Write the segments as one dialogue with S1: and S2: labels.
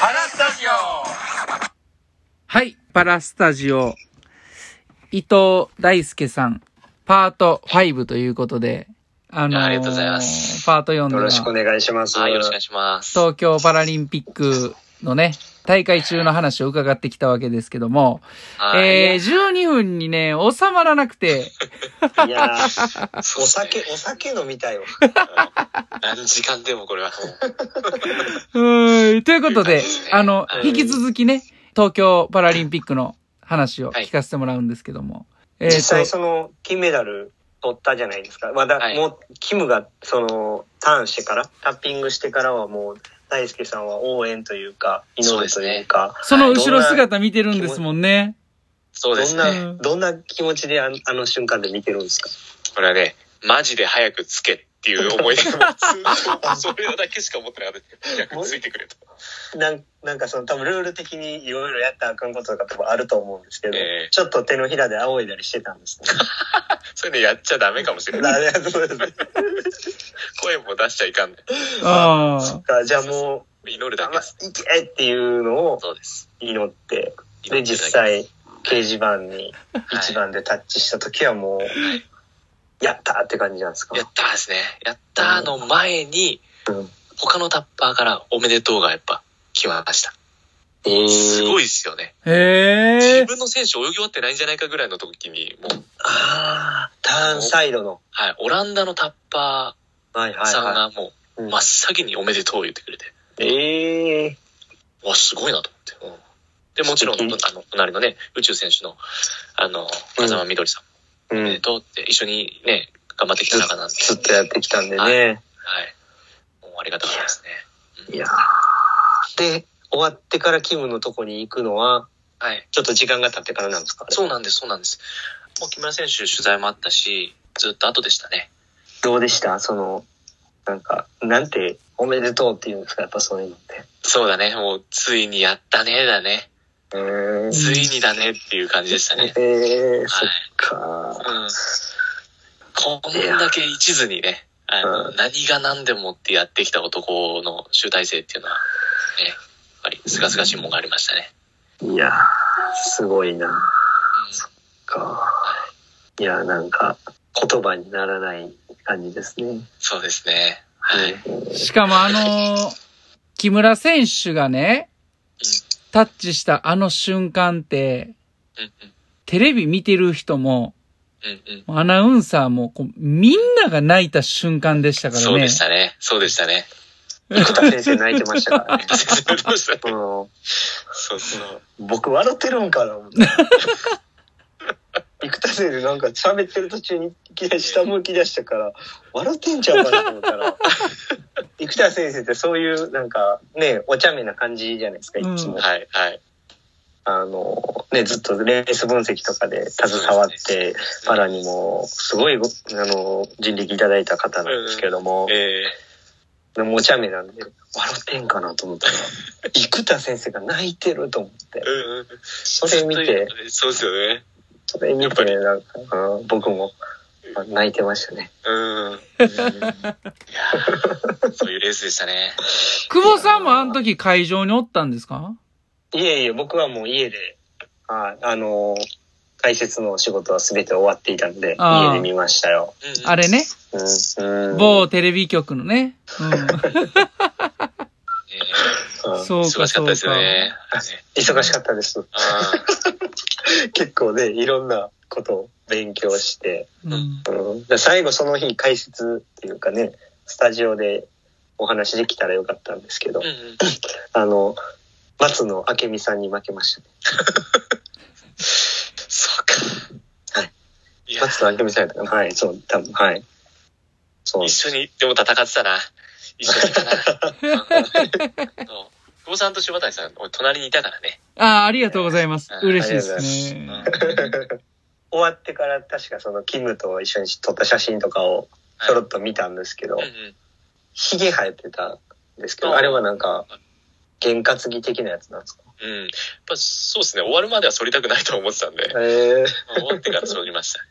S1: パラスタジオ
S2: はい、パラスタジオ、伊藤大輔さん、パート5ということで、あのー
S3: ありがとうございます
S2: パート4で
S4: よ
S2: は
S4: ろしくお願いします。
S3: あ、よろしくお願いします。
S2: 東京パラリンピックのね、大会中の話を伺ってきたわけですけども、
S3: はい
S2: えー、12分にね、収まらなくて、
S4: いやーお酒、お酒飲みたいわ。
S3: 何時間でもこれは。
S2: うーんということで
S3: そうです、ね
S2: あの、
S3: はい
S2: 引き続きね、東京パラリンピックの話を
S3: はい
S2: 聞かせてもらうんですけども、え
S4: 実際
S2: ーと、
S4: その、金メダル取ったじゃないですか。まだ、
S3: はい
S4: もう、キムが、その、ターンしてから、タッピングしてからはもう、大輔さんは応援というか、祈るというか、
S2: その後ろ姿見てるんですもんね。
S3: そうですね。
S2: ね
S4: どんな、どんな気持ちであのあの瞬間で見てるんですか
S3: これはね、マジで早くつけっていう思いで、ずっ とそれだけしか思ってなかった。早くついてくれと。
S4: なんなんかその多分ルール的にいろいろやったらあかんこととか多分あると思うんですけど、
S3: ええ
S4: ちょっと手のひらで仰いだりしてたんですね。
S3: それでやっちゃダメかもしれない。
S4: ありがとうご ざいます
S3: 声も出しちゃいかんね。
S2: あ
S4: そっ
S2: あ。
S4: かじゃあも
S3: 祈る
S4: う、
S3: だ
S4: あ
S3: けです。
S4: いけっていうのを
S3: そうです。
S4: 祈って、
S3: 祈って
S4: で、
S3: る
S4: 実
S3: だけ。
S4: 際、掲示板に一番でタッチした時はもう、やったーって感じなんですか
S3: やったーですね。やったーの前に、
S4: うん
S3: 他のタッパーからおめでとうがやっぱ来ました。
S4: えー
S3: すごいですよね。
S2: へ
S3: 自
S2: え。
S3: 分の選手泳ぎ終わってないんじゃないかぐらいの時に、もう、
S4: あー、ターンサイドの。
S3: はい、オランダのタッパ
S4: はいは
S3: ー
S4: い
S3: さん
S4: は
S3: がも
S4: い。う
S3: うん真っ先におめでとう言ってくれて。
S4: えー、
S3: わ、すごいなと思って。うん、で、もちろん、
S4: 素敵
S3: あの、隣のね、宇宙選手の、あの、
S4: うん
S3: 風間みどりさん、
S4: う
S3: えっ
S4: ん。
S3: と、って一緒にね、頑張ってきた仲なんで、
S4: ずっとやってきたんでね。
S3: はい。もうありがたかったですね。うん
S4: いやーで、終わってからキムのとこに行くのは、
S3: はい。
S4: ちょっと時間が経ってからなんですか
S3: そう
S4: う。
S3: なんです、そうなんです。もう木村選手取材もあったし、ずっと後でしたね。
S4: どうでしたその、なんか、なんて、おめでとうって言うんですかやっぱそういうのって。
S3: そうだね、もう、ついにやったね、だね。
S4: えー
S3: ついにだねっていう感じでしたね。
S4: えー、
S3: は
S4: そっ
S3: い。
S4: かー。
S3: うんこんだけ一途にね、あの、
S4: うん
S3: 何が何でもってやってきた男の集大成っていうのは、ね、やっぱり、すがすがしいもんがありましたね。
S4: いやー、すごいなか。
S3: はい
S4: やー、なんか、言葉にならない感じですね。
S3: そうですね。はい。うん
S2: しかもあのー木村選手がね、タッチしたあの瞬間って、
S3: うん
S2: テレビ見てる人も、
S3: うんうん
S2: アナウンサーも、こうみんなが泣いた瞬間でしたからね。
S3: そうでしたね。そうでしたね。
S4: 生田先生泣いてまし たからね。
S3: どうした
S4: その
S3: そうそう。
S4: 僕笑ってるんかな思って生田先生なんか喋ってる途中にいきなり下向き出したから、笑ってんちゃうかなと思ったら、生田先生ってそういうなんかね、お茶目な感じじゃないですか、いつも。
S3: はいはい。
S4: あの、ね、ずっとレース分析とかで携わって、パラにも、すごいご、あの、人力いただいた方なんですけども、
S3: ええ
S4: でもお茶目なんで、笑ってんかなと思 ったら、生田先生が泣いてると思って、
S3: うんうん。
S4: それ見て、
S3: そうですよね。
S4: それ見
S3: やっぱ
S4: て、
S3: り
S4: なんか、うん僕もまあ泣いてましたね。
S3: うん。いやーそういうレースでしたね。
S2: 久保さんもあの時会場におったんですか
S4: いえいえ、僕はもう家で、ああの、解説の仕事は全て終わっていたので、
S2: あー
S4: 家で見ましたよ。
S3: うんうん
S2: あれね、
S4: うん。うん
S2: 某テレビ局のね。
S3: え
S4: う
S2: うん ん、そうか
S3: え忙しか
S2: そう
S3: った
S2: か。
S3: ですよね。
S4: 忙しかったです。
S3: ああ。
S4: 結構ね、いろんなことを勉強して、
S2: うん
S4: うん、で最後その日解説っていうかね、スタジオでお話できたらよかったんですけど、
S3: うんうん
S4: あの、松野明美さんに負けましたね。
S3: そうか。。
S4: はい
S3: いや、
S4: 松野明美さんやったかなはい、そう、多分はい。そう
S3: 一。緒に、でも戦ってたな。一緒にい たな。うんそう久保さんと柴谷さん、俺隣にいたからね。
S2: ああ、ありがとうございます。
S3: うん
S2: 嬉しいです
S4: あ
S3: う
S2: ね
S3: ん。
S4: 終わってから確かそのキムと一緒に撮った写真とかをちょろっと見たんですけど
S3: うん、うん
S4: ヒゲ生えてたんですけ
S3: う
S4: ど、
S3: ん
S4: あれはなんか、験担ぎ的なやつなんですか
S3: うん。やっぱそうですね、終わるまでは反りたくないと思ってたんで、
S4: え
S3: 終わってから反りました。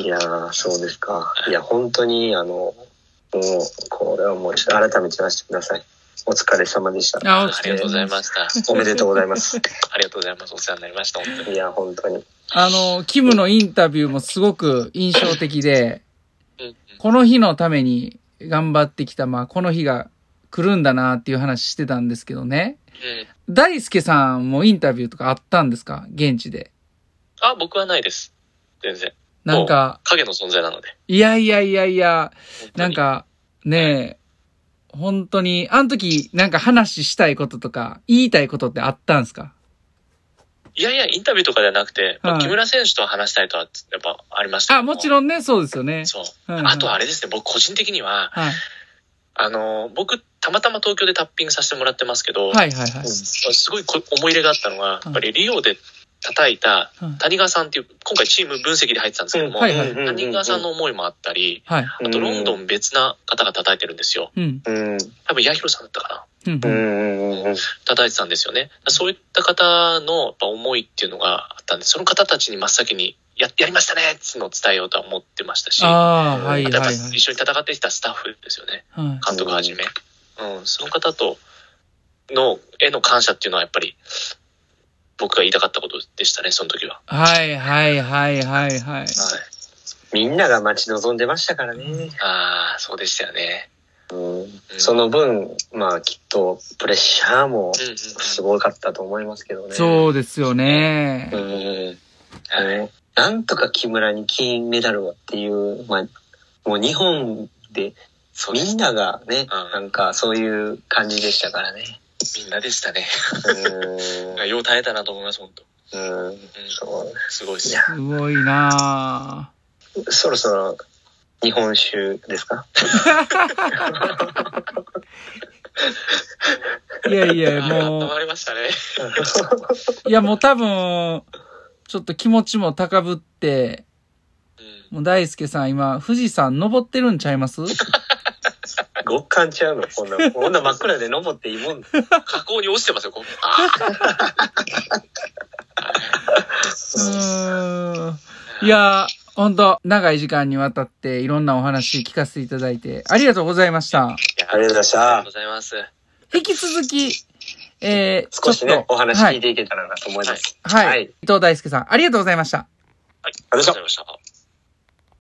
S4: いやー、そうですか。いや、本当に、あの、もう、これはもうちょっと改めて言わせてください。お疲れ様でした。
S2: あお
S3: ありがとうございました。
S4: おめでとうござ います。
S3: ありがとうございます。お世話になりました。本当に。
S4: いや、本当に。
S2: あの、キムのインタビューもすごく印象的で、
S3: うんうん。
S2: この日のために頑張ってきた、まあ、この日が来るんだなっていう話してたんですけどね。
S3: うん。
S2: 大輔さんもインタビューとかあったんですか現地で。
S3: あ、僕はないです。全然。
S2: なんか、
S3: 影の存在なので。
S2: いやいやいやいや、
S3: 本当に
S2: なん。か、ねえ、本当に、あの時、なんか話したいこととか、言いたいことってあったんですか
S3: いやいや、インタビューとかではなくて、まあ
S2: はい
S3: 木村選手と話したいとは、やっぱありましたけど
S2: あ、もちろんね、そうですよね。
S3: そう。
S2: うんうん
S3: あとあれですね、僕個人的には、
S2: はい。
S3: あの、僕、たまたま東京でタッピングさせてもらってますけど、
S2: はいはいはい。
S3: すごいこ思い入れがあったのが、やっぱりリオで叩いた
S2: はい
S3: 谷川さんっていう、今回チーム分析で入ってたんですけども、
S2: はいはい
S3: 谷川さんの思いもあったり、
S2: はい。
S4: あ
S3: あとロンドン別な方が叩いてるんですよ。
S2: うん。
S4: うん。
S3: 多分、八広さんだったかな。
S2: うん
S4: うんう
S2: うん。
S4: んうん
S3: 叩いてたんですよね。そういった方のやっぱ思いっていうのがあったんで、その方たちに真っ先に、や、やりましたねっていうのを伝えようとは思ってましたし、あ
S2: ああ、はいはい
S3: とやっぱ
S2: はい。
S3: 一緒に戦ってきたスタッフですよね。
S2: はい
S3: 監督はじめ。うん、その方との、への感謝っていうのはやっぱり、僕が言いたかったことでしたね、その時は。
S2: はいはいはいはいはい。
S3: はい。
S4: みんなが待ち望んでましたからね。
S3: ああ、そうでしたよね。うん
S4: そ、の分、まあきっとプレッシャーも
S3: うんうんうん。
S4: すごかったと思いますけどね。
S2: そうですよね
S4: う。ん。ね なんとか木村に金メダルをっていう、まあ、もう日本で
S3: そうです
S4: みんながね、
S3: うん
S4: なんかそういう感じでしたからね。
S3: みんなでしたね。
S4: う ん
S3: よう耐えたなと思います、本当。
S4: うん。
S3: うん、
S4: そう。
S3: すごいっ
S4: い
S3: す
S4: や。
S2: すごいなあ
S4: そろそろ日本酒ですか
S2: いやいや、
S3: あー温
S2: も
S3: まりましたね。
S2: う、いやもう多分、ちょっと気持ちも高ぶって、
S3: うん。
S2: もう大輔さん今、富士山登ってるんちゃいます
S4: 極寒ちゃうのこんな、こんな真っ暗で登っていい もん。
S3: 加工に落ちてますよ、こう。あ
S2: うーんいや、ほんと、長い時間にわたっていろんなお話聞かせていただいて、ありがとうございました。
S3: ー
S4: ありがとうございまし
S3: あり
S4: た
S3: がとうございます。
S2: 引き続き、えー、
S4: 少し
S2: ちょ
S4: ね
S2: っ、と
S4: お話
S2: は
S4: 聞い
S2: い、
S4: ていけたらなと思います。
S2: はい
S4: はい
S2: 伊藤大輔さん、ありがとうございました。
S3: はい、ありがとうございました。